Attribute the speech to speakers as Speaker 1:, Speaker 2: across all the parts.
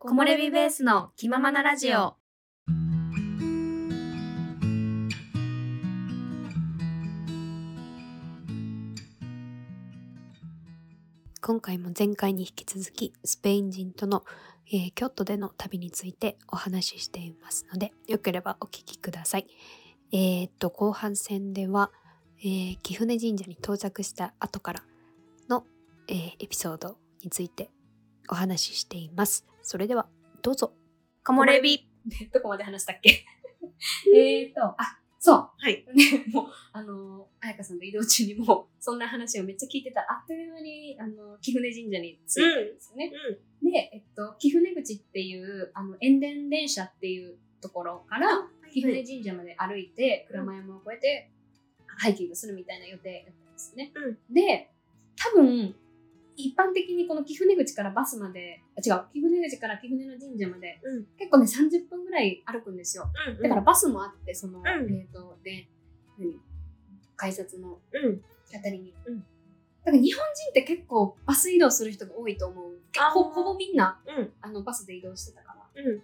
Speaker 1: 木漏れ日ベースの気ままなラジオ。
Speaker 2: 今回も前回に引き続きスペイン人との、えー京都での旅についてお話ししていますのでよければお聞きください。えーっと後半戦では、えー貴船神社に到着した後からの、えーエピソードについてお話ししています。それではどうぞ。
Speaker 1: 木漏れ日。 どこまで話したっけえーと、あ、そう。
Speaker 3: はい。
Speaker 1: ね、 もう、あの、彩香さんと移動中にもう、そんな話をめっちゃ聞いてた。あっという間に、あの、貴船神社に着いたんですよね。で、えっと、貴船口っていう、あの、塩田電車っていうところから、貴船神社まで歩いて、
Speaker 3: うん
Speaker 1: 鞍馬山を越えて、ハイキングするみたいな予定だったんですね。
Speaker 3: うん
Speaker 1: で、多分、一般的にこの貴船口からバスまで、あ違う、貴船口から貴船の神社まで、
Speaker 3: うん
Speaker 1: 結構ね、30分ぐらい歩くんですよ。
Speaker 3: うん。
Speaker 1: だから、バスもあって、その、
Speaker 3: ん
Speaker 1: えっと、で、何改札の
Speaker 3: うん。
Speaker 1: あたりに。
Speaker 3: うん
Speaker 1: だから日本人って結構バス移動する人が多いと思う。結
Speaker 3: あー
Speaker 1: 構ほぼみんな
Speaker 3: うん。
Speaker 1: あのバスで移動してたから。
Speaker 3: うん。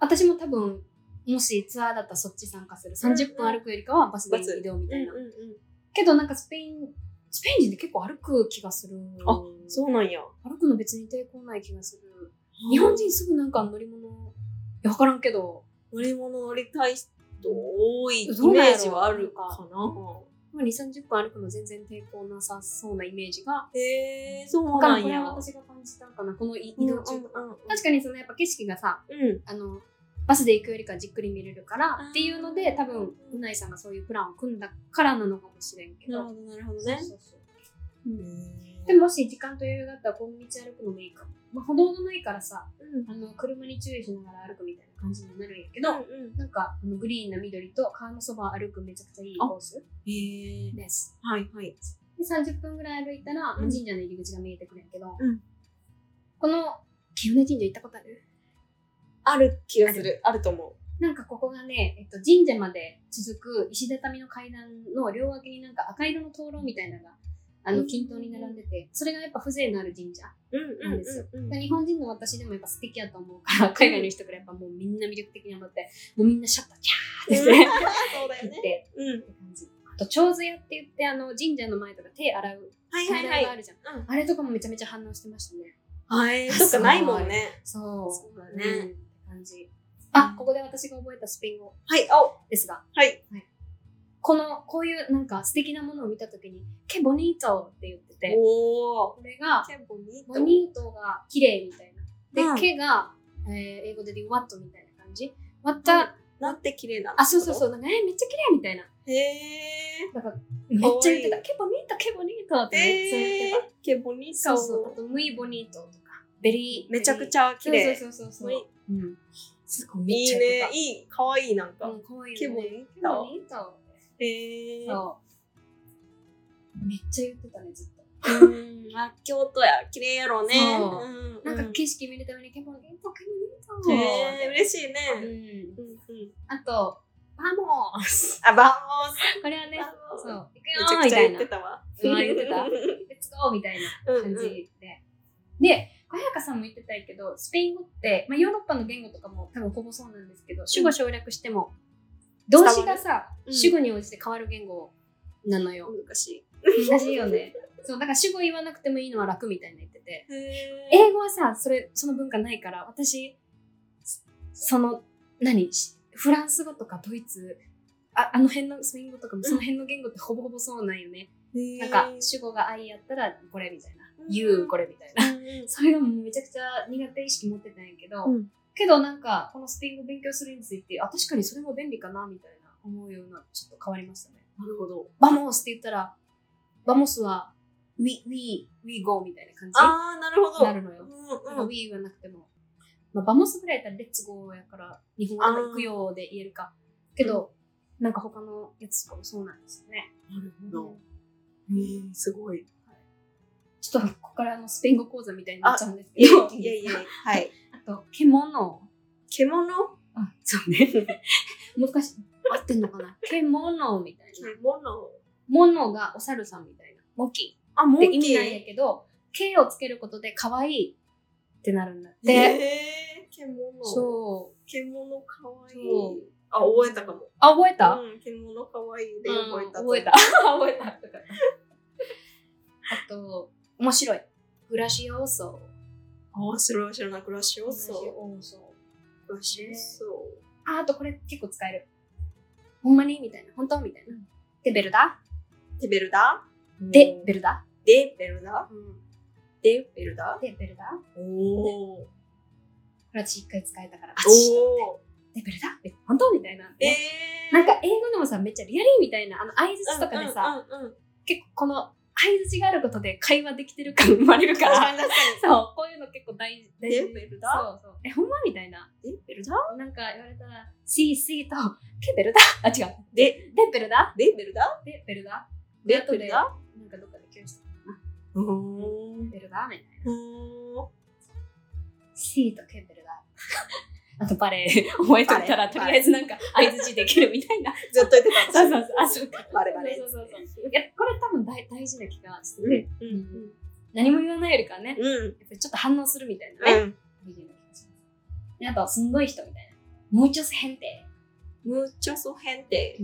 Speaker 1: 私も多分、もしツアーだったらそっち参加する。30分歩くよりかはバスで移動みたいな。けどなんかスペイン、スペイン人って結構歩く気がする。
Speaker 3: あそうなんや。
Speaker 1: 歩くの別に抵抗ない気がする。日本人すぐなんか乗り物、いや、わからんけど、
Speaker 3: 乗り物乗りたい人多いイメージはあるかな。
Speaker 1: 2、30分歩くの全然抵抗なさそうなイメージが、
Speaker 3: へえ、そう
Speaker 1: わか
Speaker 3: な
Speaker 1: らん
Speaker 3: ん
Speaker 1: これ
Speaker 3: や。
Speaker 1: は私が感じたんかな、この移移動中。確
Speaker 3: か
Speaker 1: かにそのやっぱ景色がさ、
Speaker 3: に。うん。
Speaker 1: あのバスで行くよりかじっくり見れるから
Speaker 3: あー
Speaker 1: っていうので多分うないさんがそういうプランを組んだからなのかもしれんけ
Speaker 3: なるほ
Speaker 1: ど
Speaker 3: ど、なるほどね
Speaker 1: そう。そうそうでもし時間と余裕があったらこの道歩くのもいいかも、まあ、歩道のないからさ
Speaker 3: うん。
Speaker 1: あの車に注意しながら歩くみたいな感じになるんやけ
Speaker 3: う
Speaker 1: ど、
Speaker 3: ん。
Speaker 1: なんかあのグリーンな緑と川のそばを歩くめちゃくちゃいいコース
Speaker 3: へえ。
Speaker 1: です
Speaker 3: はいはい。
Speaker 1: で30分ぐらい歩いたら、まあ
Speaker 3: うん
Speaker 1: 神社の入り口が見えてくるんやけど、
Speaker 3: うん
Speaker 1: この清根神社行ったことある
Speaker 3: ある気がする。あると思
Speaker 1: なんかここがね、えっと、神社まで続く石畳の階段の両脇になんか赤色の灯籠みたいなのがあ
Speaker 3: う
Speaker 1: の
Speaker 3: ん
Speaker 1: 均等に並んでて、それがやっぱ風情のある神社。
Speaker 3: う。うん
Speaker 1: なんですよ
Speaker 3: うん
Speaker 1: 日本人の私でもやっぱ素敵やと思うから、海外の人からやっぱもうみんな魅力的に思って、もうみんなシャッターキャーってね、
Speaker 3: そうだよ
Speaker 1: 行っ
Speaker 3: ね。
Speaker 1: て
Speaker 3: うん
Speaker 1: っ。て感じ。あと、長寿屋って言って、あの神社の前とか手洗う
Speaker 3: はい
Speaker 1: 階
Speaker 3: は
Speaker 1: 段
Speaker 3: い
Speaker 1: が
Speaker 3: は
Speaker 1: あ
Speaker 3: い。
Speaker 1: るじゃん。
Speaker 3: うん
Speaker 1: あれとかもめちゃめちゃ反応してましたね。
Speaker 3: はい。とかないもんね。
Speaker 1: そう。
Speaker 3: そうだ
Speaker 1: うん
Speaker 3: ね。
Speaker 1: って感じ。あ、ここで私が覚えたスペイン語
Speaker 3: はい。あ、
Speaker 1: ですが、
Speaker 3: はい。
Speaker 1: このこういうなんか素敵なものを見た時に「ケボニート」って言ってて
Speaker 3: おお。
Speaker 1: これが
Speaker 3: 憲法に
Speaker 1: 「ボニート」が綺麗みたいなで「
Speaker 3: うん
Speaker 1: ケ」が、えー英語で「ワット」みたいな感じ「ワッタ
Speaker 3: なって綺麗な」の
Speaker 1: あそうそう
Speaker 3: う。
Speaker 1: そうなんか「えーめっちゃ綺麗みたいな
Speaker 3: へえ。
Speaker 1: なんかめっちゃ言って
Speaker 3: か
Speaker 1: た
Speaker 3: わい
Speaker 1: 「ケボニートケボニート」ってめっちゃ言
Speaker 3: え
Speaker 1: って
Speaker 3: ー、ケボニー
Speaker 1: た
Speaker 3: タ
Speaker 1: そ
Speaker 3: を
Speaker 1: うそうあと「ムイボニート」とか「ベリー」
Speaker 3: めちゃく
Speaker 1: ゃ
Speaker 3: ちゃ綺麗。
Speaker 1: そうそうそう
Speaker 3: ム
Speaker 1: そ
Speaker 3: イ
Speaker 1: う、うん、すごいめっ
Speaker 3: い
Speaker 1: ち
Speaker 3: い
Speaker 1: ゃ
Speaker 3: ね
Speaker 1: 言っ。て
Speaker 3: いい。可愛いなん
Speaker 1: た
Speaker 3: か。
Speaker 1: うんかわいい
Speaker 3: ケ
Speaker 1: よ
Speaker 3: ボ
Speaker 1: ね
Speaker 3: ニー
Speaker 1: ケ
Speaker 3: タ
Speaker 1: ボ。ニート
Speaker 3: へえ。
Speaker 1: そうめっちゃ言ってたねずっと
Speaker 3: うん。あ、京都や。綺麗やろうね。
Speaker 1: そうんなん
Speaker 3: う
Speaker 1: か景色見るためにケモンゲンポケモンゲンポ
Speaker 3: へえ、嬉しいね。
Speaker 1: うん
Speaker 3: うんうん。
Speaker 1: あと、バモス
Speaker 3: あ、バーモス。
Speaker 1: これはね、
Speaker 3: バーモ
Speaker 1: そ
Speaker 3: ス
Speaker 1: う、
Speaker 3: めち
Speaker 1: 行く
Speaker 3: ゃく
Speaker 1: よーみ
Speaker 3: ちゃ
Speaker 1: たい
Speaker 3: 言っ
Speaker 1: な
Speaker 3: て、たわ。
Speaker 1: うん 言ってたレッツゴーみたいな感じで。で、小早川さんも言ってたけど、スペイン語って、まあ、ヨーロッパの言語とかも多分ほぼそうなんですけど、主語省略しても、動詞がさ、
Speaker 3: うん
Speaker 1: 主語に応じて変わる言語なのよ。
Speaker 3: 難し
Speaker 1: 難しいよね。そう、だから主語言わなくてもいいのは楽みたいな言ってて。
Speaker 3: い。へー
Speaker 1: 英語はさそれその文化ないから私そその何しフランス語とかドイツああの辺のスペイン語とかもその辺の言語ってほぼほぼそうなんよね、
Speaker 3: へー
Speaker 1: なんか主語が「愛」やったらこれみたいな
Speaker 3: う
Speaker 1: 「
Speaker 3: ん
Speaker 1: 言う」これみたいな
Speaker 3: うんうん
Speaker 1: それがもうめちゃくちゃ苦手意識持ってたんやけど、
Speaker 3: うん
Speaker 1: けどなんかこのスペイン語勉強するについてあ確かにそれも便利かなみたいな思うようなちょっと変わりましたね
Speaker 3: なるほど。
Speaker 1: バモスって言ったらバモスは「we we we go」みたいな感じ
Speaker 3: あー、なるほど。
Speaker 1: なるのよなん
Speaker 3: う
Speaker 1: か
Speaker 3: ん
Speaker 1: w
Speaker 3: うん。
Speaker 1: e はなくても、まあ、バモスぐらいやったらレッツゴーやから日本語でも行くようで言えるかけど、なんか他のやつとかもそうなんですよね、
Speaker 3: なるほ
Speaker 1: う
Speaker 3: ど
Speaker 1: ん。
Speaker 3: へーすごい。
Speaker 1: ちょっとここからあのスペイン語講座みたいになっちゃうんです
Speaker 3: い
Speaker 1: けど
Speaker 3: やいやいや、はい。
Speaker 1: あと 獣
Speaker 3: 獣
Speaker 1: あそうね 難しい合ってんのか な獣みたいな
Speaker 3: 獣
Speaker 1: 物がお猿さんみたいなモキ
Speaker 3: あ、モ
Speaker 1: って意味なんやけど「け」をつけることで可愛いってなるんだっ
Speaker 3: で、
Speaker 1: て。
Speaker 3: えー、獣。
Speaker 1: そう。
Speaker 3: 獣かわいい
Speaker 1: そう。
Speaker 3: あ、覚えたかも。
Speaker 1: あ、覚えた、
Speaker 3: うん、獣かわいいで
Speaker 1: うん
Speaker 3: 覚えた。
Speaker 1: 覚えた。。覚えた。あ と、面白い。グラシオーソ。
Speaker 3: あ、それは知らない。グラシオソ。
Speaker 1: オーソ。
Speaker 3: グラシオソ。
Speaker 1: あ、あとこれ結構使える。ほんまにみたいな。本当みたいな。で、ベルダ
Speaker 3: テベルダ
Speaker 1: で、ベルダ
Speaker 3: でベルダ
Speaker 1: うん。
Speaker 3: でベルダ
Speaker 1: で、ベルダこ
Speaker 3: おー。
Speaker 1: れ私一回使えたから。あ、ちょっ
Speaker 3: おー。
Speaker 1: とで、ベルダえ本当みたいな。
Speaker 3: えー。
Speaker 1: なんか英語でもさ、めっちゃリアリーみたいな、あの、相槌とかでさ、
Speaker 3: うんうんうん、
Speaker 1: 結構この相槌があることで会話できてる感生まれるか
Speaker 3: 確
Speaker 1: ら
Speaker 3: か。に確か
Speaker 1: そう、こういうの結構大事。大
Speaker 3: に。
Speaker 1: 事
Speaker 3: でベルダ
Speaker 1: そうそう。え、ほんまみたいな。
Speaker 3: でベルダ
Speaker 1: なんか言われたら、シーシーと、ケベルダあ、違う。
Speaker 3: で、
Speaker 1: デベルダ
Speaker 3: でベルダ
Speaker 1: デベルダ
Speaker 3: で
Speaker 1: 後
Speaker 3: ベルダ
Speaker 1: なんかどっかで教室
Speaker 3: うーん。
Speaker 1: ベルダみたいな。
Speaker 3: うーん
Speaker 1: シーとケ ベルダ。あとバレエ覚えといた
Speaker 3: バレ
Speaker 1: ら、
Speaker 3: ー
Speaker 1: とりあえずなんか相槌できるみた いな。
Speaker 3: ずっと言ってた。
Speaker 1: そうそうそう。あ、そうか。
Speaker 3: バレバレ。
Speaker 1: そうそうそうそう。いや、これ多分大大事な気がして
Speaker 3: う
Speaker 1: て、
Speaker 3: ん。う
Speaker 1: うん
Speaker 3: ん。
Speaker 1: 何も言わないよりかはね、やっ
Speaker 3: うん。
Speaker 1: ぱりちょっと反応するみたいなね。
Speaker 3: うん。
Speaker 1: であと、すんごい人みたいな。もうちょす変で。
Speaker 3: ムチョソヘンテ。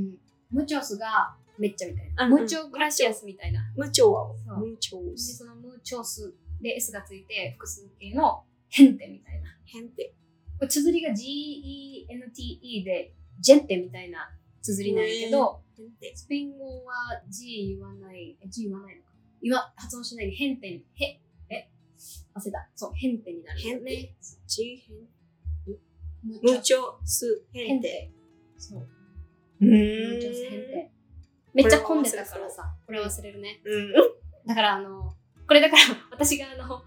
Speaker 1: ムチョスがめっちゃみたいな。
Speaker 3: うんうん
Speaker 1: ムチョグラシアスみたいな。
Speaker 3: ムチョワオ
Speaker 1: そ。う
Speaker 3: ムチョウ
Speaker 1: で、。そのムチョスで S がついて複数形の変でみたいな。
Speaker 3: ヘンテ。
Speaker 1: これ綴りが G-E-N-T-E でジェンテみたいな綴りなんやけど、
Speaker 3: ヘンテ。
Speaker 1: スペイン語は G 言わない、え G 言わないのか。言わ、発音しないで変ンへ、え、忘れた。そう、変ンになるんだよね。
Speaker 3: ジヘン
Speaker 1: ムチ
Speaker 3: ム
Speaker 1: ョ
Speaker 3: チョスヘンテ。
Speaker 1: そう。
Speaker 3: う
Speaker 1: めっちゃ変
Speaker 3: ん。
Speaker 1: でめっちゃ混んでたからさ、これ忘れるね。
Speaker 3: うん。
Speaker 1: だから、あの、これだから、 私があの、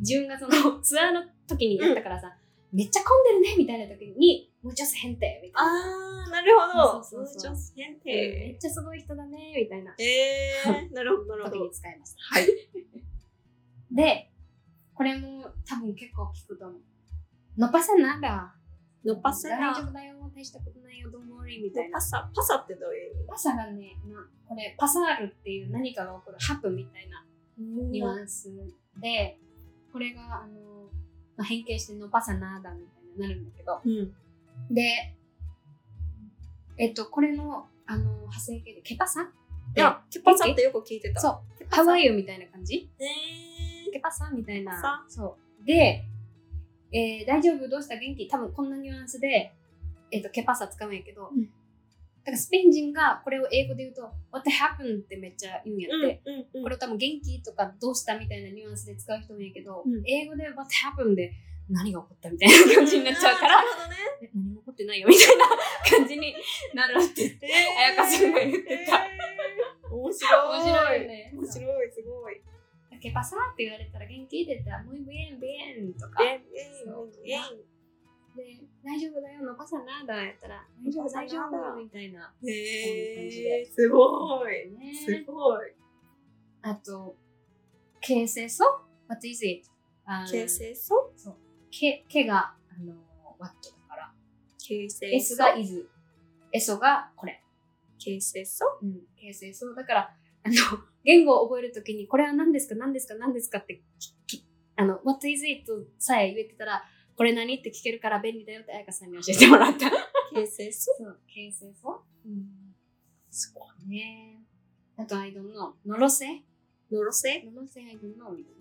Speaker 1: 10月のツアーの時にやったからさ、めっちゃ混んでるね、みたいな時に、もうちょっと変態、みたいな。
Speaker 3: あー、なるほど。
Speaker 1: そう
Speaker 3: ム
Speaker 1: そう
Speaker 3: チ
Speaker 1: そう
Speaker 3: ョスヘン
Speaker 1: め
Speaker 3: テ。
Speaker 1: っちゃすごい人だね、みたいな
Speaker 3: えー、なるほど、なるほ
Speaker 1: 時
Speaker 3: ど
Speaker 1: に。使いました。
Speaker 3: はい。
Speaker 1: で、これも多分結構聞くと思う。のぱさなら、
Speaker 3: のパサ
Speaker 1: 大
Speaker 3: ラ。
Speaker 1: 丈
Speaker 3: の
Speaker 1: 夫だよ、大したことないよ、どうもり、みたいな
Speaker 3: パ。サ、パサってどういう
Speaker 1: パサがね、なこれ、パサールっていう何かが起こる、ハプみたいな。ニ
Speaker 3: 意
Speaker 1: ュ
Speaker 3: 味
Speaker 1: アンスで、これがあの、まあ、変形して伸ばさなーだみたいになるんだけど、
Speaker 3: うん。
Speaker 1: で、えっと、これのあの派生形で、ケパサ
Speaker 3: いや、ケパサってよく聞いてた。
Speaker 1: そう、ハワイユみたいな感じ
Speaker 3: え
Speaker 1: ケパサみたい
Speaker 3: ケパ
Speaker 1: な。そう。で、えー大丈夫どうした元気多分こんなニュアンスで、えっと、ケパサ使うんやけど、
Speaker 3: うん
Speaker 1: だからスペイン人がこれを英語で言うと、What happened? ってめっちゃ言うんや
Speaker 3: ー。う
Speaker 1: っ
Speaker 3: ん
Speaker 1: て、
Speaker 3: うんうん。
Speaker 1: これを多分元気とかどうしたみたいなニュアンスで使う人もいるけど、
Speaker 3: うん
Speaker 1: 英語で What happened で何が起こったみたいな感じになっちゃうから、
Speaker 3: なるほどね。
Speaker 1: え何も起こってないよみたいな感じになるって。
Speaker 3: え
Speaker 1: あやかさんが言ってた
Speaker 3: えー面白い。
Speaker 1: 面白いよね
Speaker 3: 面白い、すごい。
Speaker 1: ケパサーって言われたら元気出たら、もうビエンビエンとか、
Speaker 3: え、え、
Speaker 1: そう
Speaker 3: え、
Speaker 1: で大丈夫だよ、残さなだやったら、大丈夫、大丈夫みたいな。
Speaker 3: え、
Speaker 1: 感じ
Speaker 3: え
Speaker 1: で
Speaker 3: ー、すごい。す
Speaker 1: ね、
Speaker 3: ごい。
Speaker 1: あと、形成素 ?What is it? あー
Speaker 3: 形成素
Speaker 1: け、けが、あの、ワットだから。
Speaker 3: 形成
Speaker 1: S
Speaker 3: 素
Speaker 1: がイズ、エソがこれ。
Speaker 3: 形成素
Speaker 1: うん、形成そうだからあの言語を覚えるときにこれは何ですか何ですか何ですかってききあの What is it さえ言えてたらこれ何って聞けるから便利だよって彩香さんに教えてもらった
Speaker 3: 形成素
Speaker 1: そう形成そ
Speaker 3: すごい。
Speaker 1: うねあとアイドルののろせの
Speaker 3: のろせ
Speaker 1: ろせアイドルのみたい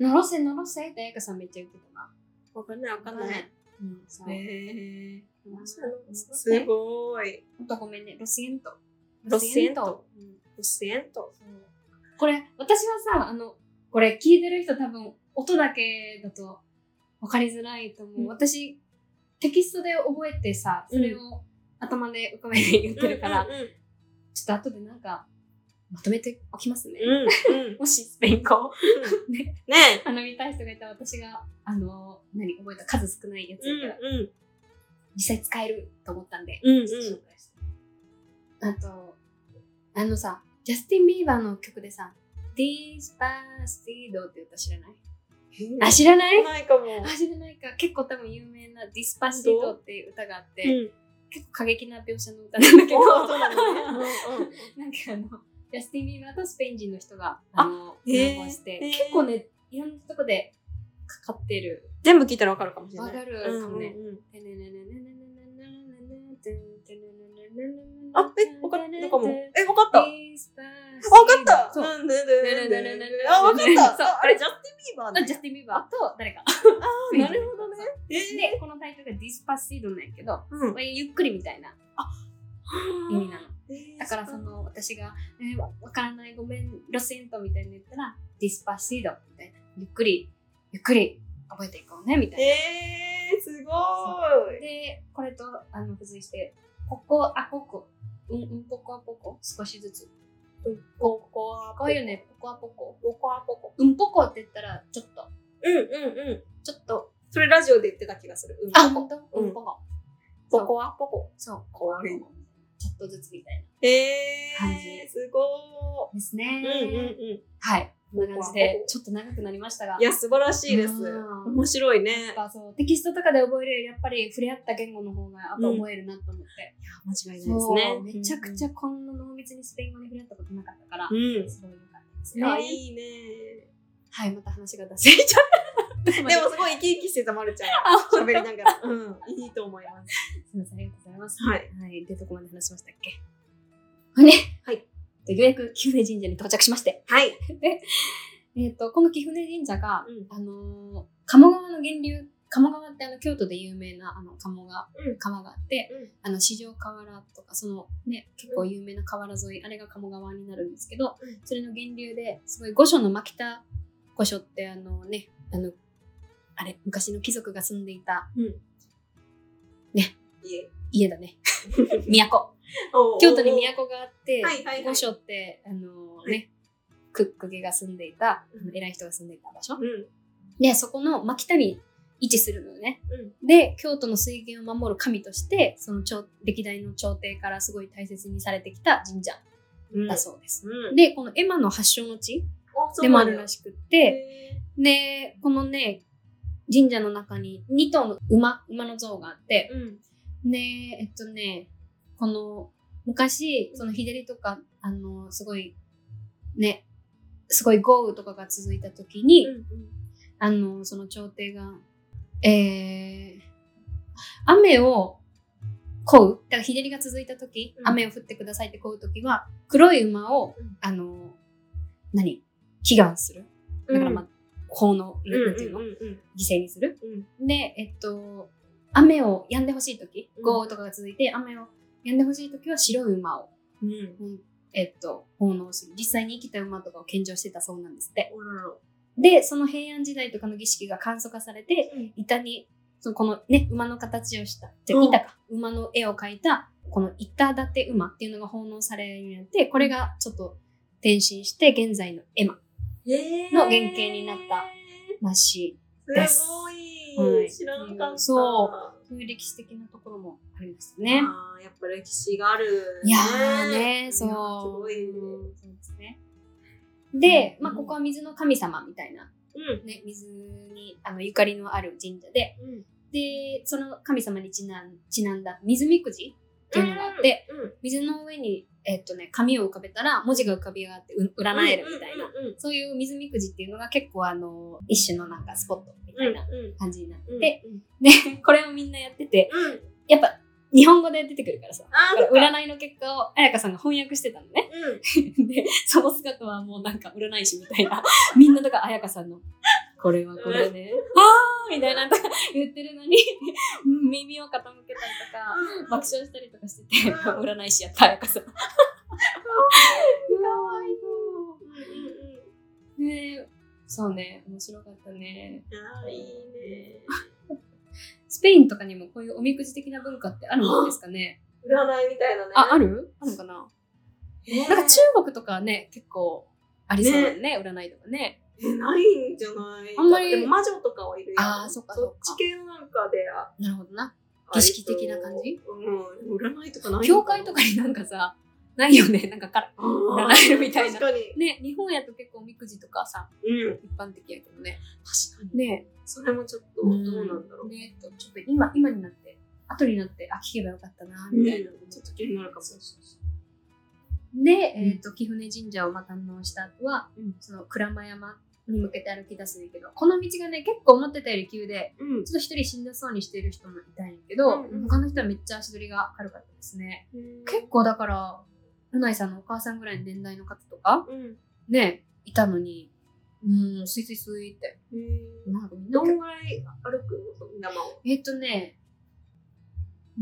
Speaker 1: なのろせのろせって彩香さんめっちゃ言ってたな
Speaker 3: わかんない、わかんない。
Speaker 1: うんそう、
Speaker 3: えー
Speaker 1: のろせ
Speaker 3: すごい。
Speaker 1: あとごめんねロシエント
Speaker 3: ロシエント
Speaker 1: うん
Speaker 3: ロシエント。
Speaker 1: これ、私はさ、あの、これ聞いてる人多分、音だけだと分かりづらいと思う。
Speaker 3: うん
Speaker 1: 私、テキストで覚えてさ、それを頭で浮かべて言ってるから、
Speaker 3: うんうん
Speaker 1: ちょっと後でなんか、まとめておきますね。
Speaker 3: うん。うんうん
Speaker 1: もしスペイン語をね
Speaker 3: ねえ。
Speaker 1: 学びたい人がいたら、私が、あの、何、覚えた数少ないやつだから、
Speaker 3: うん
Speaker 1: 実際使えると思ったんで、
Speaker 3: うんうん
Speaker 1: 紹介してあと、あのさ、ジャスティン・ビーバーの曲でさ、Despacito って歌知らない
Speaker 3: うん。
Speaker 1: あ、知らない
Speaker 3: ないかも
Speaker 1: あ、。知らないか。結構多分有名な Despacito っていう歌があって、
Speaker 3: うん。
Speaker 1: 結構過激な描写の歌なんだけど、
Speaker 3: おーそうなんだねうんうん
Speaker 1: なんかあの、ジャスティン・ビーバーとスペイン人の人が、あの、
Speaker 3: へー
Speaker 1: コラボして、
Speaker 3: へー
Speaker 1: 結構ね、いろんなとこでかかってる。
Speaker 3: 全部聞いたらわかるかもしれ
Speaker 1: わ
Speaker 3: ない。
Speaker 1: かるかもね。
Speaker 3: あ、え、わかったのかも。え、わかった。あわ
Speaker 1: わ
Speaker 3: かった。
Speaker 1: そう。
Speaker 3: うんねねねねねねあ、わかった。
Speaker 1: そう
Speaker 3: ああれ、ジャスティン・ビーバー
Speaker 1: あジャ
Speaker 3: ね
Speaker 1: ス。ティン・ビーバーと誰か。
Speaker 3: あ、なるほどね。えー
Speaker 1: で、このタイトルがディスパシードなんやけど、
Speaker 3: うん
Speaker 1: まあゆっくりみたいな意味なの。だからそ
Speaker 3: の、
Speaker 1: の私が、えーわわからない、ごめん、ロセントみたいに言ったら、ディスパシードみたいな。ゆっくり、ゆっくり覚えていこうね、みたいな。
Speaker 3: えー、すごい。
Speaker 1: で、これとあの付随して、ここ、あ、ここ、うん、うん、ポコあポコ、少しずつ。
Speaker 3: ポコア
Speaker 1: こういうね、ポコあポコ。
Speaker 3: ポコアポコ。
Speaker 1: うん、ポコって言ったら、ちょっと、
Speaker 3: うんうんうん。
Speaker 1: ちょっと、
Speaker 3: それラジオで言ってた気がする。うん
Speaker 1: あ、ほんと
Speaker 3: うん
Speaker 1: うん、ポコ。
Speaker 3: ポコアポコ。
Speaker 1: そう、
Speaker 3: かわいい
Speaker 1: ちょっとずつみたいな。
Speaker 3: え
Speaker 1: 感じ
Speaker 3: ー、すご
Speaker 1: ですね。
Speaker 3: い。うんうんうん。
Speaker 1: はい。こんな感
Speaker 3: ポ
Speaker 1: じ
Speaker 3: コあポ
Speaker 1: で
Speaker 3: コ、
Speaker 1: ちょっと長くなりましたが。
Speaker 3: いや、素晴らしいです。
Speaker 1: うん
Speaker 3: 面白い
Speaker 1: や
Speaker 3: ね
Speaker 1: っ。ぱそうテキストとかで覚えるよりやっぱり触れ合った言語の方がやっぱ覚えるなと思って、
Speaker 3: 間違
Speaker 1: そうめちゃくち
Speaker 3: ゃ。
Speaker 1: ゃこんな濃密にスペイン語に触れ合ったことなかったから、
Speaker 3: うん。
Speaker 1: すごい良かったです
Speaker 3: い
Speaker 1: ね
Speaker 3: やいいね。
Speaker 1: はいまた話が出せちゃ ったで
Speaker 3: でもすごい生き生きしてたまるちゃん。喋りながら。うん。いいと思います。
Speaker 1: すみませんありがとうございます
Speaker 3: はい。
Speaker 1: はいでどこまで話しましたっけね
Speaker 3: はい
Speaker 1: でようやく貴船神社に到着しまして
Speaker 3: はい。
Speaker 1: でえっとこの貴船神社が、
Speaker 3: うん
Speaker 1: あのー鴨川の源流鴨川ってあの京都で有名なあの鴨川、
Speaker 3: うん
Speaker 1: 川があって、
Speaker 3: うん
Speaker 1: あの四条河原とかそのね結構有名な河原沿い、あれが鴨川になるんですけど、
Speaker 3: うん
Speaker 1: それの源流ですごい御所の牧田御所ってあのねあのあれ昔の貴族が住んでいた
Speaker 3: いえ。
Speaker 1: 家だ ね都京都に都があって、
Speaker 3: はいはいはい
Speaker 1: 御所ってあのね、クックゲが住んでいた、あの偉い人が住んでいた場所、
Speaker 3: うん。
Speaker 1: でそこの牧田に位置するのよね、
Speaker 3: う
Speaker 1: で京都の水源を守る神としてその朝歴代の朝廷からすごい大切にされてきた神社
Speaker 3: うん。
Speaker 1: だそうです、
Speaker 3: うん。
Speaker 1: でこのエマの発祥の地
Speaker 3: あそう
Speaker 1: でも
Speaker 3: な
Speaker 1: あ
Speaker 3: んだ
Speaker 1: るらしくって、
Speaker 3: へ
Speaker 1: でこのね神社の中に2頭の馬馬の像があって
Speaker 3: ーうん。
Speaker 1: でえっとねこの昔その日照りとかあのすごいねすごい豪雨とかが続いた時に、あの、その朝廷が、えー、雨を請う、だから日照りが続いた時、
Speaker 3: うん
Speaker 1: 雨を降ってくださいって請う時は、黒い馬を、
Speaker 3: うん
Speaker 1: あの、何祈願する。だからまあ、奉納、
Speaker 3: うんうん
Speaker 1: なんていうの、
Speaker 3: うんうん
Speaker 1: 犠牲にする。
Speaker 3: うん
Speaker 1: で、えっと、雨を止んでほしい時、
Speaker 3: うん
Speaker 1: 豪雨とかが続いて雨を止んでほしい時は白い馬を、
Speaker 3: うん。
Speaker 1: うんえっと、奉納する。実際に生きた馬とかを献上してたそうなんですって。
Speaker 3: おらら
Speaker 1: で、その平安時代とかの儀式が簡素化されて、板に、そのこのね、馬の形をした、じゃあ
Speaker 3: うん
Speaker 1: 板か、馬の絵を描いた、この板立て馬っていうのが奉納されるようになって、これがちょっと転身して、現在の絵馬
Speaker 3: へー
Speaker 1: の原型になったらし
Speaker 3: たすご
Speaker 1: はい
Speaker 3: い。知らんかった。
Speaker 1: そい。そういう歴史的なところもありましたね。
Speaker 3: あーやっぱ歴史がある。
Speaker 1: いやーね、そう。
Speaker 3: いやーすごいね。
Speaker 1: そうですね。で、
Speaker 3: うん
Speaker 1: まあ、ここは水の神様みたいな、
Speaker 3: うん。
Speaker 1: ね、水に、あの、ゆかりのある神社で、
Speaker 3: うん
Speaker 1: でその神様にちなんちなんだ水みくじっていうのがあって、、水の上に、えっとね、紙を浮かべたら文字が浮かび上がってう占
Speaker 3: うん
Speaker 1: えるみたいな、。そういう水みくじっていうのが結構あの一種のなんかスポットみた
Speaker 3: うんうんうんうん
Speaker 1: いな感じになって
Speaker 3: うん、
Speaker 1: て、
Speaker 3: うん
Speaker 1: でこれをみんなやってて
Speaker 3: うん。
Speaker 1: やっぱ日本語で出てくるからさ
Speaker 3: あ
Speaker 1: だ
Speaker 3: ー、そっ
Speaker 1: から
Speaker 3: か
Speaker 1: 占いの結果を彩香さんが翻訳してたのね
Speaker 3: うん。
Speaker 1: でその姿はもうなんか占い師みたいな みんなとか彩香さんの「これはこれね」 あーみたいなとか言ってるのに 耳を傾けたりとか。爆笑したりとかして て、
Speaker 3: うん
Speaker 1: 占い師やったやか さん。かわいい。ねえそうね、面白かったね。
Speaker 3: あーいいね。
Speaker 1: スペインとかにもこういうおみくじ的な文化ってあるんですかね。
Speaker 3: 占いみたいなね。
Speaker 1: あ、あるあるのかな。
Speaker 3: ね
Speaker 1: なんか中国とかはね、結構ありそうだよね、占いとかね。
Speaker 3: えないんじゃない
Speaker 1: あんまり
Speaker 3: でも魔女とかはいるよ。
Speaker 1: あーそっかそっか
Speaker 3: そっち系のなんかで。あ
Speaker 1: なるほどな。儀式的な感じ
Speaker 3: うん。占いとかない
Speaker 1: 教会とかになんかさ、ないよね、なんかから。
Speaker 3: 占
Speaker 1: 占えるみたいな
Speaker 3: 確かに。
Speaker 1: ね、日本やと結構おみくじとかさ、
Speaker 3: うん。
Speaker 1: 一般的やけどね。
Speaker 3: 確かに。
Speaker 1: ねえ
Speaker 3: それもちょっとどうなんだろう。
Speaker 1: ねえっとちょっと今今になって後になってあ聞けばよかったなみたいな、
Speaker 3: うんちょっと気になるかも
Speaker 1: そうそうそうで、
Speaker 3: ん
Speaker 1: えっと貴船神社をまあ堪能した後は、
Speaker 3: うん
Speaker 1: その鞍馬山に向けて歩き出すんだけど、この道がね、結構思ってたより急で、
Speaker 3: うん
Speaker 1: ちょっと一人しんどそうにしてる人もいたんやけ
Speaker 3: う
Speaker 1: ど、
Speaker 3: んうん
Speaker 1: 他の人はめっちゃ足取りが軽かったですね。結構だから、うないさんのお母さんぐらいの年代の方とか、
Speaker 3: うん
Speaker 1: ね、いたのに、うん、スイスイスイって。
Speaker 3: うん
Speaker 1: なんかみんな
Speaker 3: どんぐらい歩くの山を
Speaker 1: えっとね、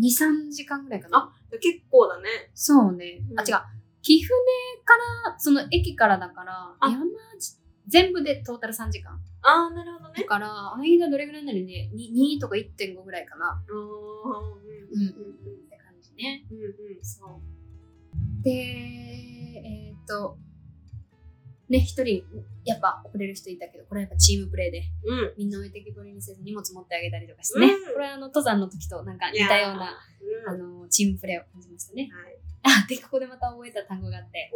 Speaker 1: 2、3時間ぐらいかな。
Speaker 3: あ結構だね
Speaker 1: そうね。
Speaker 3: うん
Speaker 1: あ、違う。貴船から、その駅からだから、
Speaker 3: あ
Speaker 1: 山じ、全部でトータル3時間。
Speaker 3: ああなるほど
Speaker 1: だ
Speaker 3: ね
Speaker 1: から、間どれぐらいになるね。に2とか1.5ぐらいかな。
Speaker 3: あーうん
Speaker 1: うんって感じね。
Speaker 3: うんうん
Speaker 1: そう。で、えっ、と、ね、一人、やっぱ遅れる人いたけど、これはやっぱチームプレーで、
Speaker 3: うん
Speaker 1: みんな置いてきぼりにせず荷物持ってあげたりとかしてね。
Speaker 3: うん
Speaker 1: これはあの、登山の時となんか似たような、
Speaker 3: うん
Speaker 1: あ
Speaker 3: はい
Speaker 1: の、チームプレーを感じましたね。あ、で、ここでまた覚えた単語があって、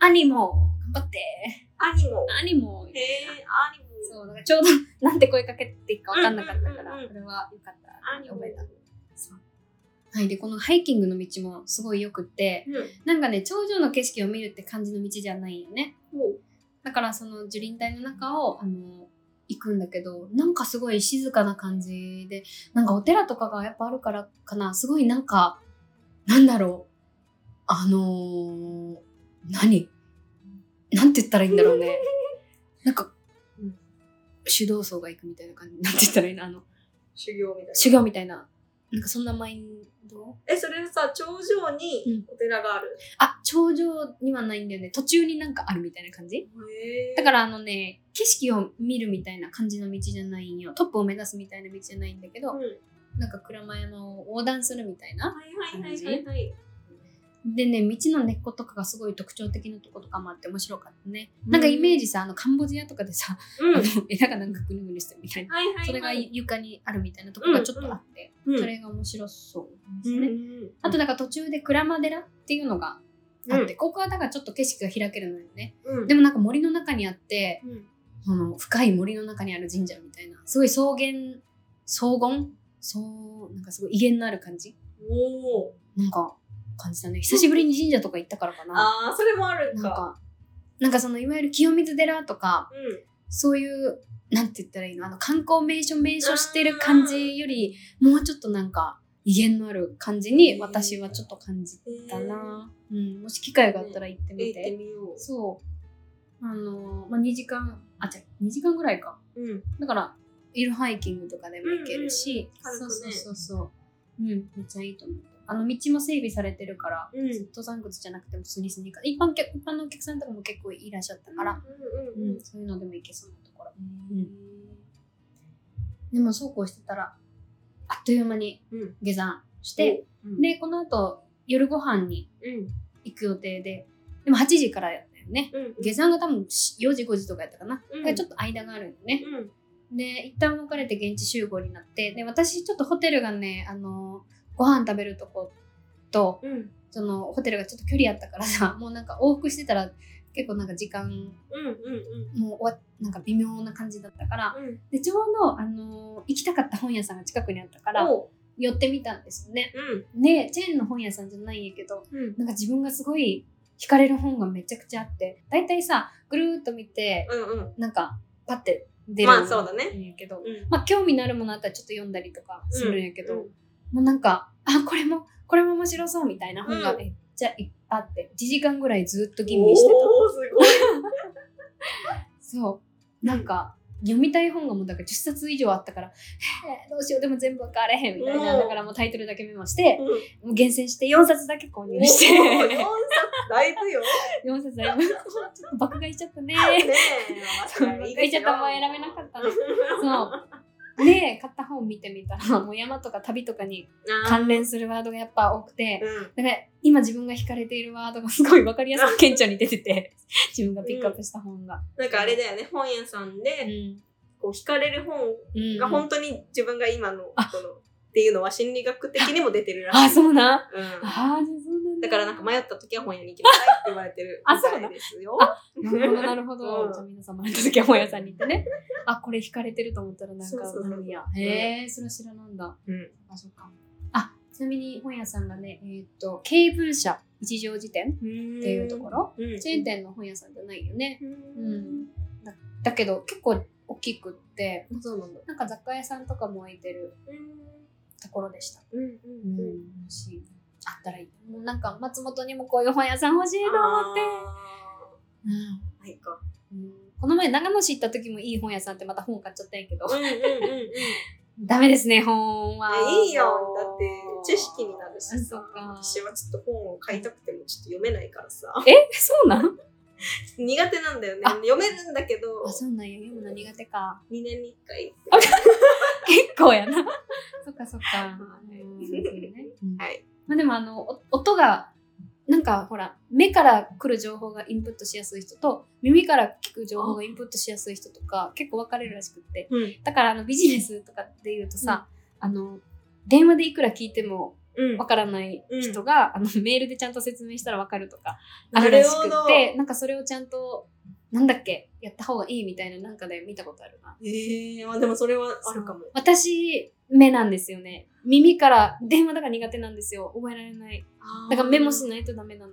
Speaker 1: アニモ、頑張って、
Speaker 3: 兄も
Speaker 1: アニモ、
Speaker 3: へえ兄も
Speaker 1: そう、なんかちょうどなんて声かけていいか分かんなかったから、
Speaker 3: うんうんうんうん
Speaker 1: これは良かった、
Speaker 3: 兄も
Speaker 1: 覚えた。そうはい、で、このハイキングの道もすごい良くって、
Speaker 3: う
Speaker 1: なんかね、頂上の景色を見るって感じの道じゃないよね。
Speaker 3: んもう
Speaker 1: だからその樹林帯の中を、あの、行くんだけど、なんかすごい静かな感じで、なんかお寺とかがやっぱあるからかな、すごいなんか、なんだろう、あのー、何なんて言ったらいいんだろうね。なんか、うん修道僧が行くみたいな感じ、なんて言ったらいいのあの、
Speaker 3: 修行みたいな
Speaker 1: 修行みたいな、なんかそんなマインド
Speaker 3: えそれさ頂上にお寺がある、
Speaker 1: あ、頂上にはないんだよね。途中になんかあるみたいな感じ
Speaker 3: へえ
Speaker 1: だからあのね、景色を見るみたいな感じの道じゃないんよ。トップを目指すみたいな道じゃないんだけど、
Speaker 3: うん、はい
Speaker 1: なんか鞍馬山を横断するみたいな。
Speaker 3: はいはいはいはい
Speaker 1: でね、道の根っことかがすごい特徴的なとことかもあって面白かったね。なんかイメージさ、あのカンボジアとかでさ、
Speaker 3: うん
Speaker 1: あ
Speaker 3: は
Speaker 1: の
Speaker 3: い
Speaker 1: 枝がなんかグニグニしてるみたいな。
Speaker 3: はいはい
Speaker 1: それが床にあるみたいなとこがちょっとあって、
Speaker 3: うん
Speaker 1: それが面白そうで
Speaker 3: う
Speaker 1: す
Speaker 3: んう
Speaker 1: ね。
Speaker 3: ん
Speaker 1: あとなんか途中で鞍馬寺っていうのがあって、ここはだからちょっと景色が開けるのよね。
Speaker 3: うん
Speaker 1: でもなんか森の中にあって、
Speaker 3: うん
Speaker 1: その深い森の中にある神社みたいなすごい草原荘厳そうなんかすごい威厳のある感じ
Speaker 3: おお
Speaker 1: なんか感じたね久しぶりに神社とか行ったからかな
Speaker 3: ああそれもある
Speaker 1: なん
Speaker 3: か
Speaker 1: かなんかそのいわゆる清水寺とか
Speaker 3: うん
Speaker 1: そういうなんて言ったらいいのあの観光名所名所してる感じよりもうちょっとなんか威厳のある感じに私はちょっと感じ
Speaker 3: へー
Speaker 1: たな、うん、もし機会があったら行っ
Speaker 3: え
Speaker 1: てみ
Speaker 3: 行って
Speaker 1: て
Speaker 3: みよ
Speaker 1: そうあのまあ2時間あ違う2時間ぐらいか
Speaker 3: ううん
Speaker 1: だから、いるハイキングとかでも行けるし、
Speaker 3: うんうんうん軽くね
Speaker 1: そうそうそうそう。うん、めっちゃいいと思う。あの道も整備されてるから、
Speaker 3: うん
Speaker 1: 登山靴じゃなくても普通にスニーカー、一般客一般のお客さんとかも結構いらっしゃったから、
Speaker 3: う
Speaker 1: うん
Speaker 3: うん
Speaker 1: ん、そういうのでも行けそうなところ。でもそうこうしてたら、あっという間に
Speaker 3: うん
Speaker 1: 下山して、
Speaker 3: うん
Speaker 1: で、この後夜ご飯に
Speaker 3: うん
Speaker 1: 行く予定で、でも8時からやったよね。
Speaker 3: うん
Speaker 1: 下山が多分4時5時とかやったかな。
Speaker 3: うん
Speaker 1: だからちょっと間があるんでね。
Speaker 3: うん
Speaker 1: で一旦別れて現地集合になってで私ちょっとホテルがねあのご飯食べるとこと
Speaker 3: うん
Speaker 1: そのホテルがちょっと距離あったからさ もうなんか往復してたら結構なんか時
Speaker 3: う
Speaker 1: 間
Speaker 3: んうん
Speaker 1: もう終わなんか微妙な感じだったから
Speaker 3: うん
Speaker 1: でちょうどあの行きたかった本屋さんが近くにあったから
Speaker 3: おう
Speaker 1: 寄ってみたんですよね
Speaker 3: うん
Speaker 1: でチェーンの本屋さんじゃないんやけど
Speaker 3: うん
Speaker 1: なんか自分がすごい惹かれる本がめちゃくちゃあって大体さぐるーっと見て
Speaker 3: うんうん
Speaker 1: なんかパッて出る
Speaker 3: まあそうだね
Speaker 1: んやけど
Speaker 3: うん
Speaker 1: まあ、興味のあるものあったらちょっと読んだりとかするんやけど、
Speaker 3: うん
Speaker 1: もうなんかあこれもこれも面白そうみたいな本が
Speaker 3: うん
Speaker 1: めっちゃいっぱいあって1時間ぐらいずっと吟
Speaker 3: お
Speaker 1: 味してた
Speaker 3: おー すごい
Speaker 1: そうなんか読みたい本がもうだから10冊以上あったからへえどうしようでも全部わかれへんみたいな
Speaker 3: うん
Speaker 1: だからもうタイトルだけメモして
Speaker 3: うん
Speaker 1: もう厳選して4冊だけ購入し
Speaker 3: おー四
Speaker 1: て
Speaker 3: 冊だいぶよ
Speaker 1: 4冊だいぶちょっと爆買いしちゃったね
Speaker 3: ね
Speaker 1: そう
Speaker 3: え
Speaker 1: 爆買いしちゃった前選べなかったな
Speaker 3: そ
Speaker 1: そうで買った本見てみたらもう山とか旅とかに関連するワードがやっぱ多くて、
Speaker 3: うん
Speaker 1: だから今自分が惹かれているワードがすごい分かりやすく顕著に出 てて自分がピックアップした本が。
Speaker 3: なんかあれだよね本屋さん
Speaker 1: う
Speaker 3: で
Speaker 1: ん
Speaker 3: こう惹かれる本
Speaker 1: うん
Speaker 3: が本当に自分が今のこ
Speaker 1: あ
Speaker 3: のっていうのは心理学的にも出てるらしい
Speaker 1: あそうなん
Speaker 3: うん
Speaker 1: あーそうなん
Speaker 3: だからなんか迷った時は本屋に行きなさいって言われてる
Speaker 1: あ
Speaker 3: み
Speaker 1: そう
Speaker 3: た
Speaker 1: ない
Speaker 3: ですよ。
Speaker 1: なるほどなるほど、
Speaker 3: うん
Speaker 1: じゃあ皆さん迷った時は本屋さんに行っ てねあこれ惹かれてると思ったらなん
Speaker 3: そうそう
Speaker 1: か
Speaker 3: そう
Speaker 1: 何やへえそれは知らなんだ
Speaker 3: うん
Speaker 1: あそうかあちなみに本屋さんがねえーっとケーブル社一条辞
Speaker 3: って
Speaker 1: 典っていうところ
Speaker 3: うん
Speaker 1: チェーン店の本屋さんじゃないよね
Speaker 3: う
Speaker 1: うん
Speaker 3: ん
Speaker 1: だだけど結構大きくってなんか雑貨屋さんとかも置いてるところでした。
Speaker 3: うんうんうんうん
Speaker 1: もしあったらいい。もうなんか松本にもこういう本屋さん欲しいと思って。うん
Speaker 3: ないか。
Speaker 1: うんこの前長野市行った時もいい本屋さんってまた本買っちゃったんやけど、
Speaker 3: うんうんうんうん。
Speaker 1: ダメですね本は。
Speaker 3: えいいよだって知識になるし
Speaker 1: そ
Speaker 3: さ
Speaker 1: うか。
Speaker 3: 私はちょっと本を買いたくてもちょっと読めないからさ
Speaker 1: えそうなん
Speaker 3: 苦手なんだよね
Speaker 1: あ
Speaker 3: 読めるんだけど
Speaker 1: あそうなんや読むの苦手か。
Speaker 3: 2年に1回
Speaker 1: 結構やな。そっかそっか。うんそうね
Speaker 3: はい。
Speaker 1: まあでもあのお音がなんかほら目から来る情報がインプットしやすい人と耳から聞く情報がインプットしやすい人とか結構分かれるらしくって
Speaker 3: うん
Speaker 1: だからあのビジネスとかで言うとさ、あの電話でいくら聞いても
Speaker 3: うん
Speaker 1: わからない人が、あのメールでちゃんと説明したらわかるとかあ
Speaker 3: な
Speaker 1: るら
Speaker 3: る
Speaker 1: しく
Speaker 3: ほど
Speaker 1: ってなんかそれをちゃんとなんだっけやった方がいいみたいななんかで見たことあるな。
Speaker 3: ええまあでもそれはあるかも
Speaker 1: そう私目なんですよね耳から電話だから苦手なんですよ覚えられないだからメモし
Speaker 3: い
Speaker 1: ないとダメなの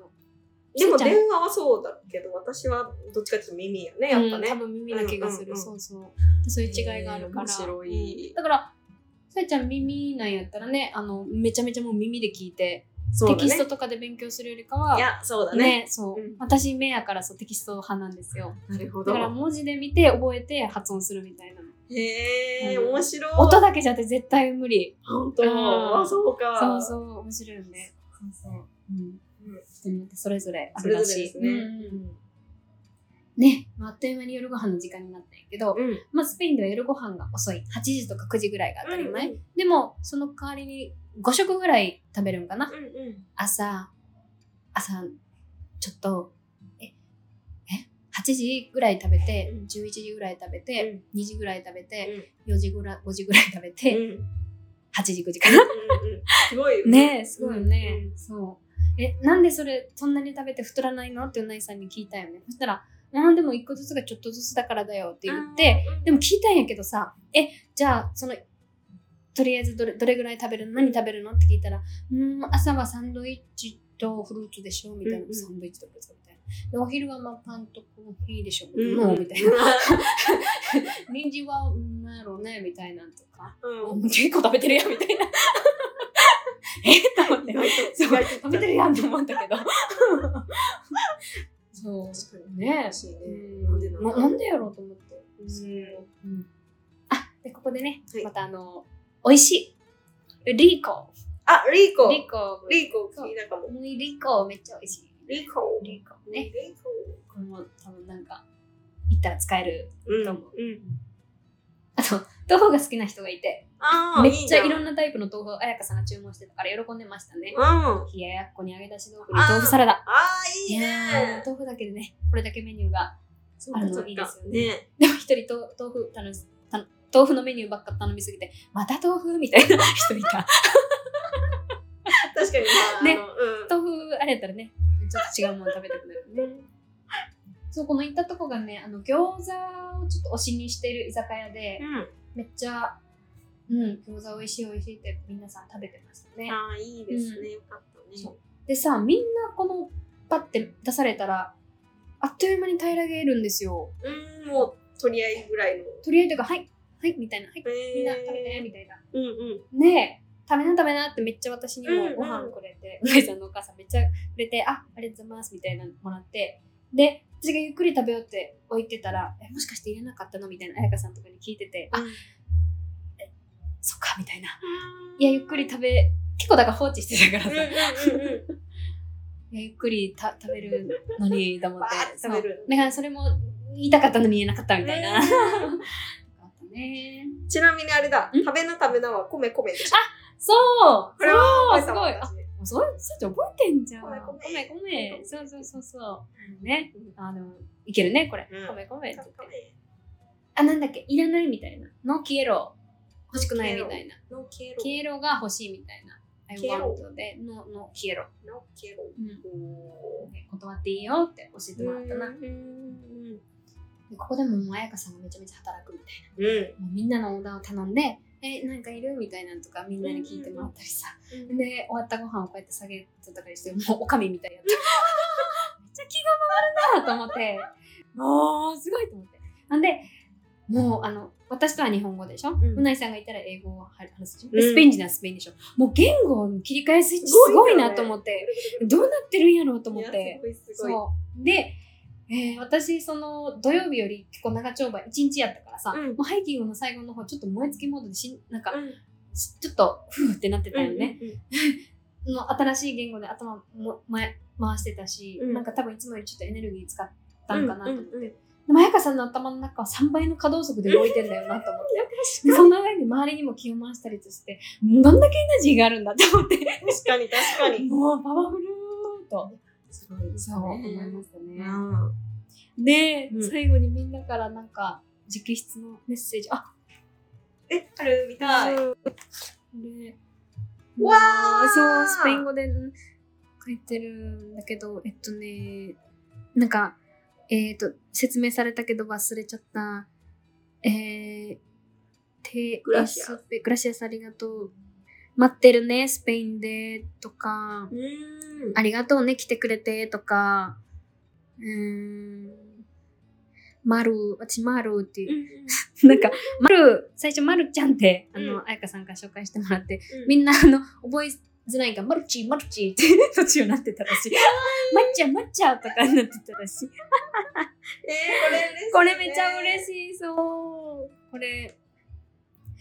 Speaker 3: でも
Speaker 1: しーちゃん
Speaker 3: 電話はそうだけど私はどっちかっていうと耳やねやっぱ
Speaker 1: うん多
Speaker 3: ね
Speaker 1: 分耳な気がす
Speaker 3: うんう
Speaker 1: る、
Speaker 3: んうん
Speaker 1: そうそうそういう違いがあるから、
Speaker 3: へー面白い
Speaker 1: うんだからさえちゃん耳なんやったらねあのめちゃめちゃもう耳で聞いて、
Speaker 3: そう
Speaker 1: テ
Speaker 3: だ
Speaker 1: キ
Speaker 3: ね
Speaker 1: ストとかで勉強するよりかはい
Speaker 3: やそうだ
Speaker 1: ね
Speaker 3: ね
Speaker 1: そう、
Speaker 3: うん
Speaker 1: 私目やからそうテキスト派なんですよ
Speaker 3: なるほ
Speaker 1: だから文字で見て覚えて発音するみたいな
Speaker 3: へえ
Speaker 1: うん
Speaker 3: 面白い
Speaker 1: 音だけじゃって絶対無理
Speaker 3: 本
Speaker 1: うん
Speaker 3: 当あそうか
Speaker 1: そうそう面白いよねそうそううん
Speaker 3: うん
Speaker 1: 人によってそれぞれあ
Speaker 3: そ
Speaker 1: る
Speaker 3: れぞ
Speaker 1: ら
Speaker 3: れ
Speaker 1: しい
Speaker 3: ですね
Speaker 1: うんね、まああっという間に夜ご飯の時間になったんやけど、
Speaker 3: うん
Speaker 1: まあ、スペインでは夜ご飯が遅い8時とか9時ぐらいが当たり前、
Speaker 3: うん
Speaker 1: でもその代わりに5食ぐらい食べるんか
Speaker 3: う
Speaker 1: な、
Speaker 3: んうん
Speaker 1: 朝朝ちょっとええ8時ぐらい食べて
Speaker 3: うん
Speaker 1: 11時ぐらい食べて、2時ぐらい食べて、4時ぐらい5時ぐらい食べ
Speaker 3: うん
Speaker 1: て、
Speaker 3: うん
Speaker 1: 8時9時かな
Speaker 3: うんすごいよ
Speaker 1: ねえすごいよね、
Speaker 3: うん
Speaker 1: そうえなんでそれそんなに食べて太らないのってうないさんに聞いたよねそしたら「うんでも1個ずつがちょっとずつだからだよ」って言って、、でも聞いたんやけどさ、え、じゃあ、その、とりあえずどれどれぐらい食べるの何食べるのって聞いたら、うーん、朝はサンドイッチとフルーツでしょみたいな、
Speaker 3: うんうん
Speaker 1: サンドイッチとフルーツみたいな。でお昼はまあパンとコーヒーでしょみ
Speaker 3: う
Speaker 1: たい
Speaker 3: ん
Speaker 1: な、みたいな。人参はうんなんやろうねみたいなんとか。
Speaker 3: うん
Speaker 1: うん結構食べてるやんみたいな。 えっと思って
Speaker 3: 意。外と
Speaker 1: そ
Speaker 3: 意
Speaker 1: う
Speaker 3: 外と
Speaker 1: 食べてるやんと思ったけど。 そう。
Speaker 3: 確かに
Speaker 1: ね
Speaker 3: 欲しいね
Speaker 1: な
Speaker 3: なんんで
Speaker 1: で
Speaker 3: な
Speaker 1: なん
Speaker 3: だろう
Speaker 1: なんでやろうと思って。
Speaker 3: う
Speaker 1: うんあでここでね、
Speaker 3: はい
Speaker 1: またあの美味しいリコ
Speaker 3: あリーコ
Speaker 1: リコ
Speaker 3: リーコ気になるかも
Speaker 1: もうリコめっちゃ美味しい
Speaker 3: リーコ
Speaker 1: リコね
Speaker 3: リコ
Speaker 1: これも多分なんか行ったら使える
Speaker 3: うん
Speaker 1: どうも
Speaker 3: うん
Speaker 1: あと豆腐が好きな人がいて
Speaker 3: あー
Speaker 1: めっちゃいろ
Speaker 3: ん
Speaker 1: んなタイプの豆腐を彩香さんが注文してたから喜んでましたね
Speaker 3: うんあ
Speaker 1: 冷ややっこに揚げ出し豆腐
Speaker 3: あ
Speaker 1: に
Speaker 3: ー
Speaker 1: 豆腐サラダ
Speaker 3: ーい
Speaker 1: い
Speaker 3: い
Speaker 1: や
Speaker 3: ね
Speaker 1: ー豆腐だけでねこれだけメニューが
Speaker 3: そっか
Speaker 1: ある
Speaker 3: そっ
Speaker 1: の
Speaker 3: か
Speaker 1: いいですよね
Speaker 3: ね
Speaker 1: でも一人と豆腐頼む頼豆腐のメニューばっか頼みすぎてまた豆腐みたいな人い た
Speaker 3: 確かにまあ
Speaker 1: ね
Speaker 3: あのうん
Speaker 1: 豆腐あれやったらねちょっと違うもの食べたくなるねそうこの行ったとこがねあの餃子をちょっと推しにしてる居酒屋で
Speaker 3: うん
Speaker 1: めっちゃうん餃子美味しい美味しいって皆さん食べてましたね
Speaker 3: あーいいですねよかった
Speaker 1: そ
Speaker 3: ね
Speaker 1: でさみんなこのパッて出されたらあっという間に平らげるんですよ
Speaker 3: うんもう取り合いぐらいの
Speaker 1: とりあえずがはいはいみたいなはいみ
Speaker 3: み
Speaker 1: んな食べてみたいな
Speaker 3: うんうん
Speaker 1: ねえ食べな食べなってめっちゃ私に
Speaker 3: うんうん
Speaker 1: もご飯くれて、うなぎさんのお母さんめっちゃくれてあありがとうございますみたいなのもらってで私がゆっくり食べようって置いてたらえもしかして入れなかったのみたいな彩香さんとかに聞いててあそっかみたいないやゆっくり食べ結構だから放置してたか
Speaker 3: うん
Speaker 1: らさ、
Speaker 3: うんうんうん
Speaker 1: いやゆっくりた食べるのにと思って
Speaker 3: バーって食べる
Speaker 1: そうだからそれも言いたかったのに言えなかったみたい な、
Speaker 3: ね
Speaker 1: あったね
Speaker 3: ちなみにあれだ、
Speaker 1: ん
Speaker 3: 食べな食べなは米米でしょ。
Speaker 1: そう
Speaker 3: これは
Speaker 1: そうすごい
Speaker 3: 覚えたわ私
Speaker 1: そうそうちゃん覚えてんじゃん。
Speaker 3: ごめんごめん
Speaker 1: ごめんごめんそうそうそうそう。ね。あの、いけるね、これ。
Speaker 3: うん
Speaker 1: ごめんごめんって言って。
Speaker 3: 米
Speaker 1: あ、なんだっけ、いらないみたいな。ノーキエロ。欲しくないみたいな。
Speaker 3: ノーケロ。
Speaker 1: キエロが欲しいみたいな。I
Speaker 3: キエロ
Speaker 1: want で、ノーノーキエロ。
Speaker 3: ノーケロ。
Speaker 1: うん
Speaker 3: お
Speaker 1: で断っていいよって教えて
Speaker 3: ー
Speaker 1: もらったな。
Speaker 3: うんうん
Speaker 1: でここでももう彩香さんがめちゃめちゃ働くみたい
Speaker 3: うん。
Speaker 1: な。もうみんなのオーダーを頼んで、え、なんかいるみたいなのとかみんなに聞いてもらったりさ。
Speaker 3: うん。
Speaker 1: で、終わったご飯をこうやって下げてたりして、もうおかみみたいやった。めっちゃ気が回るなと思って、もうすごいと思って。なんでもうあの私とは日本語でしょ、
Speaker 3: ん
Speaker 1: うないさんがいたら英語を話すでしょ、
Speaker 3: うん
Speaker 1: スペイン人ならスペインでしょもう言語の切り替えスイッチすごいなと思って、どうなってるんやろうと思って。
Speaker 3: いやすごいすごい
Speaker 1: そうで、えー私その土曜日より結構長丁場1日やったからさ、
Speaker 3: うん
Speaker 1: もうハイキングの最後の方ちょっと燃え尽きモードでしんなんか
Speaker 3: うん
Speaker 1: しちょっとふーってなってたよね、
Speaker 3: うん
Speaker 1: の新しい言語で頭も前回してたし、
Speaker 3: うん
Speaker 1: なんか多分いつもよりちょっとエネルギー使ったんかなと思って、
Speaker 3: うんうんうん
Speaker 1: でも彩香さんの頭の中は3倍の可動速で動いてんだよなと思って
Speaker 3: うん
Speaker 1: その上に周りにも気を回したりとしてどんだけエナジーがあるんだって思って
Speaker 3: 確かに確かに。
Speaker 1: もうパワフルーと
Speaker 3: すごいです
Speaker 1: そ
Speaker 3: ね
Speaker 1: う思いましたね、
Speaker 3: うん
Speaker 1: で、
Speaker 3: うん
Speaker 1: 最後にみんなからなんか直筆のメッセージあ
Speaker 3: え、あるみたい。
Speaker 1: で
Speaker 3: わー
Speaker 1: そうスペイン語でん書いてるんだけどえっとねなんかえっ、と説明されたけど忘れちゃったえー、て
Speaker 3: グラシア
Speaker 1: スペグラシアスありがとう待ってるねスペインでとか
Speaker 3: うん
Speaker 1: ありがとうね、来てくれて、とか、うーん、まる、私、まるっていう、なんか、まる、最初、まるちゃんって、あ
Speaker 3: う
Speaker 1: の、あやかさんから紹介してもらって、
Speaker 3: み
Speaker 1: み
Speaker 3: ん
Speaker 1: んな、あの、覚えづらいから、まるちー、まるちーって、途中なってたらしい。まっちゃん、まっちゃんとかになってたらしい。
Speaker 3: えー、これ嬉しいね。
Speaker 1: これめちゃ嬉しい、そう。これ、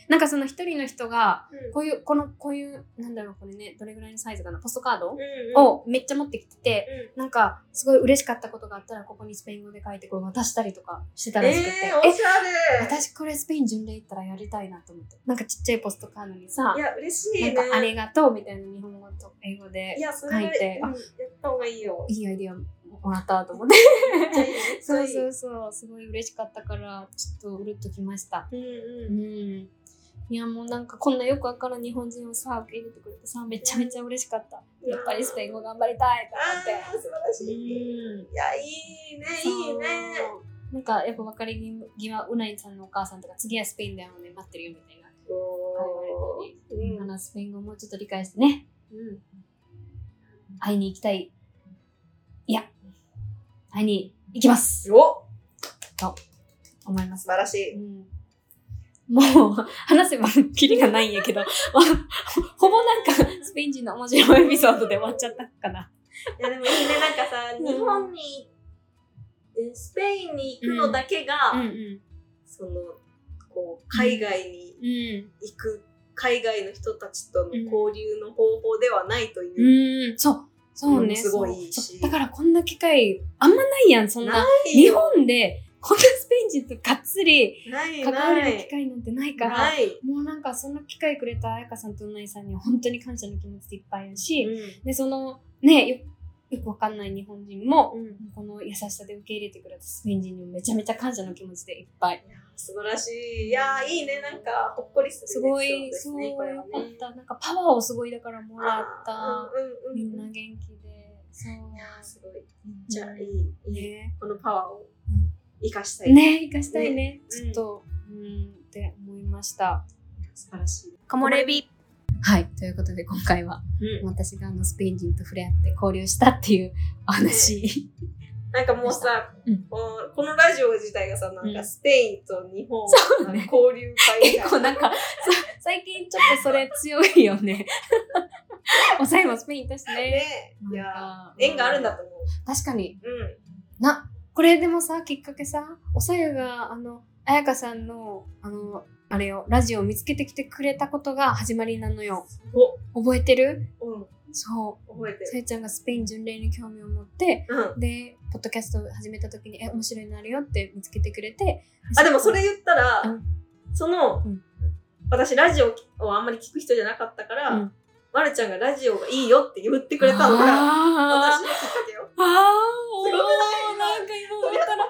Speaker 1: なんかその一人の人が、
Speaker 3: うん
Speaker 1: こういう、この、こういう、なんだろう、これね、どれぐらいのサイズかな、ポストカード、
Speaker 3: うんうん
Speaker 1: をめっちゃ持ってきてて、なんかすごい嬉しかったことがあったらここにスペイン語で書いてこれ渡したりとかしてたらしくて、
Speaker 3: えー、おしゃ
Speaker 1: え
Speaker 3: れ。
Speaker 1: 私これスペイン巡礼行ったらやりたいなと思ってなんかちっちゃいポストカードにさ
Speaker 3: いや、嬉しい
Speaker 1: な
Speaker 3: ね。
Speaker 1: んかありがとうみたいな日本語と英語で
Speaker 3: いや、それ
Speaker 1: 書
Speaker 3: は、うん
Speaker 1: いて
Speaker 3: や
Speaker 1: あ
Speaker 3: った方がいいよ。
Speaker 1: いいアイディアもらったと思って
Speaker 3: めっちゃいいめっちゃ
Speaker 1: そ
Speaker 3: いうい
Speaker 1: そうそうすごい嬉しかったからちょっとうるっときました
Speaker 3: うん
Speaker 1: う
Speaker 3: うん。
Speaker 1: んいやもうなんかこんなよくわからん日本人をさ受け入れてくれてさめちゃめちゃ嬉しかったやっぱりスペイン語頑張りたいと
Speaker 3: あ
Speaker 1: 思って
Speaker 3: あー、素晴らしい。
Speaker 1: うん
Speaker 3: いや、いいね、いいね。
Speaker 1: なんかやっぱ別れ際うないさんのお母さんとか次はスペインだよね待ってるよみたいな
Speaker 3: おー
Speaker 1: 言われたり、スペイン語もうちょっと理解してね
Speaker 3: うん
Speaker 1: 会いに行きたいいや会いに行きます
Speaker 3: すご
Speaker 1: 思いま
Speaker 3: っ素
Speaker 1: す、
Speaker 3: 晴らし
Speaker 1: う
Speaker 3: い。
Speaker 1: ん、もう話せばキリがないんやけど まあほぼなんかスペイン人の面白いエピソードで終わっちゃったかない
Speaker 3: や、でもいいね、なんかさ、
Speaker 1: うん
Speaker 3: 日本に、えスペインに行くのだけが、
Speaker 1: ん
Speaker 3: その、こう、海外に
Speaker 1: うん
Speaker 3: 行く、海外の人たちとの
Speaker 1: うん
Speaker 3: 交流の方法ではないという。
Speaker 1: うんそうそうね、
Speaker 3: うんすごいいい
Speaker 1: そう
Speaker 3: し
Speaker 1: そうだからこんな機会あんまないやんそんな
Speaker 3: ない
Speaker 1: 日
Speaker 3: よ
Speaker 1: 本でこんなスペイン人とがっつり
Speaker 3: ない
Speaker 1: 関われる機会なんてないから
Speaker 3: ない。
Speaker 1: もうなんかその機会くれた彩香さんとうないさんには本当に感謝の気持ちでいっぱいやし、でそのねよよくわかんない日本人も、
Speaker 3: うん
Speaker 1: この優しさで受け入れてくれたスペイン人にもめちゃめちゃ感謝の気持ちでいっぱい
Speaker 3: 素晴らしい。いやー、いいね。なんか、ほっこりする
Speaker 1: すご
Speaker 3: エ
Speaker 1: い
Speaker 3: ピソ
Speaker 1: そ
Speaker 3: ード
Speaker 1: う
Speaker 3: ですね、これ
Speaker 1: よ
Speaker 3: は
Speaker 1: か
Speaker 3: ね。
Speaker 1: ったなんかパワーをすごいだからもらった、
Speaker 3: あーうんうん
Speaker 1: み
Speaker 3: うんん
Speaker 1: な元気でそう
Speaker 3: いやーすごい。めっちゃいい。いいね
Speaker 1: ね
Speaker 3: このパワーを
Speaker 1: うん
Speaker 3: 生かしたい。
Speaker 1: ね生かしたいね
Speaker 3: う
Speaker 1: ちょ
Speaker 3: ん
Speaker 1: っと、うんって思いました
Speaker 3: 素晴らしい。
Speaker 2: カモレビ
Speaker 1: はい。ということで、今回は、私があの、スペイン人と触れ合って交流したっていうお話。
Speaker 3: なんかもうさ、
Speaker 1: うん
Speaker 3: こうこのラジオ自体がさ、なん
Speaker 1: う
Speaker 3: か
Speaker 1: ん
Speaker 3: スペインと日本
Speaker 1: そう
Speaker 3: の
Speaker 1: ね
Speaker 3: 交流会みたい
Speaker 1: 結構なんか、そ最近ちょっとそれ強いよ ね。おさえもスペインいたしね。
Speaker 3: ね。い
Speaker 1: なん
Speaker 3: や
Speaker 1: か
Speaker 3: ー、縁があるんだと思う。
Speaker 1: 確かに。
Speaker 3: うん。
Speaker 1: な、これでもさ、きっかけさ、おさゆが、あの、彩香さんの、あの、あれを、ラジオを見つけてきてくれたことが始まりなのよ。覚えてる
Speaker 3: うん、
Speaker 1: そ
Speaker 3: 覚えて
Speaker 1: う。
Speaker 3: る。
Speaker 1: さゆちゃんがスペイン巡礼に興味を持って、
Speaker 3: うん。
Speaker 1: で、ポッドキャストを始めた時に、え、面白いのあるよって見つけてくれて。
Speaker 3: あ、でもそれ言ったら、
Speaker 1: うん
Speaker 3: その、
Speaker 1: うん
Speaker 3: 私ラジオをあんまり聞く人じゃなかったから、
Speaker 1: うん
Speaker 3: まるちゃんがラジオがいいよって言ってくれたのが、
Speaker 1: あ
Speaker 3: 私のきっかけよ。
Speaker 1: ーあー、
Speaker 3: すごく
Speaker 1: おーなんか今思ったら。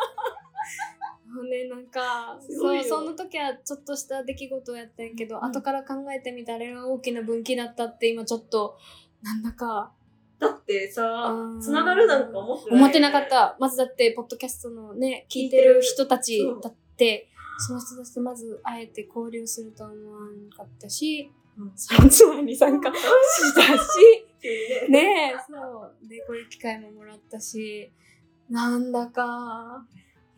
Speaker 1: ね、なんか
Speaker 3: すごい
Speaker 1: そう
Speaker 3: よ
Speaker 1: その時はちょっとした出来事やったんやけど、後から考えてみたらあれが大きな分岐だったって今ちょっとなんだか
Speaker 3: だってさ
Speaker 1: うん、
Speaker 3: つながるなんか思ってないよね、
Speaker 1: 思ってなかったまずだってポッドキャストのね聞いてる人たちだってその人たちとまず会えて交流するとは思わなかったし、
Speaker 3: うん
Speaker 1: そのツアーに参加 したし
Speaker 3: 急にね。
Speaker 1: ねえそうでこういう機会ももらったしなんだか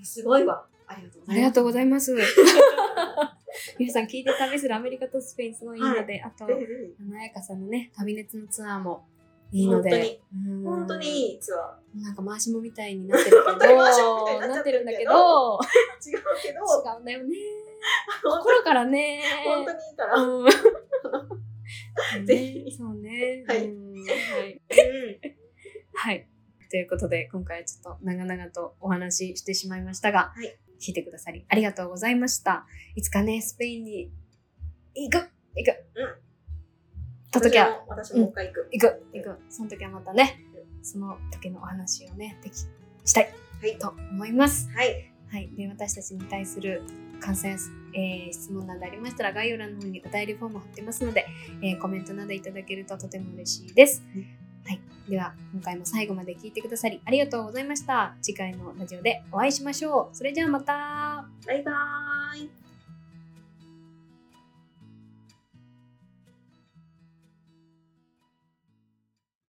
Speaker 3: すごいわ。ありがとうご
Speaker 1: あ
Speaker 3: ざ
Speaker 1: り
Speaker 3: いま
Speaker 1: が
Speaker 3: す。
Speaker 1: とうございます。 皆さん聞いて旅するアメリカとスペインすごいいいので、あと、
Speaker 3: うんうん
Speaker 1: あの彩香さんのね、旅熱のツアーもいいので、うん
Speaker 3: 本当にいいツア
Speaker 1: なんか回しもみたいになってるけ
Speaker 3: 本当に回しもみたいに
Speaker 1: ど、な
Speaker 3: なっ
Speaker 1: っ
Speaker 3: てて
Speaker 1: る
Speaker 3: るん
Speaker 1: んだ
Speaker 3: だ
Speaker 1: け
Speaker 3: け
Speaker 1: ど
Speaker 3: ど、ー。違うけど、
Speaker 1: 違うんだよね。心からね。
Speaker 3: 本当にいいから。うん。
Speaker 1: う ん、
Speaker 3: ぜひ
Speaker 1: そうね。
Speaker 3: はい
Speaker 1: うんはい。はい。ということで、今回はちょっと長々とお話ししてしまいましたが、
Speaker 3: はい
Speaker 1: 聞いてくださりありがとうございました。いつかね、スペインに行く行く、
Speaker 3: うん
Speaker 1: た時は、
Speaker 3: 私も私ももう一回行く。
Speaker 1: 行く行くその時はまたね、その時のお話をね、でき、したい
Speaker 3: はい。
Speaker 1: と思います。
Speaker 3: はい。
Speaker 1: はい、で私たちに対する感想や、えー質問などありましたら概要欄の方にお便りフォーム貼ってますので、えーコメントなどいただけるととても嬉しいです。はい、では今回も最後まで聞いてくださりありがとうございました。次回のラジオでお会いしましょう。それじゃあまた。
Speaker 3: バイバーイ。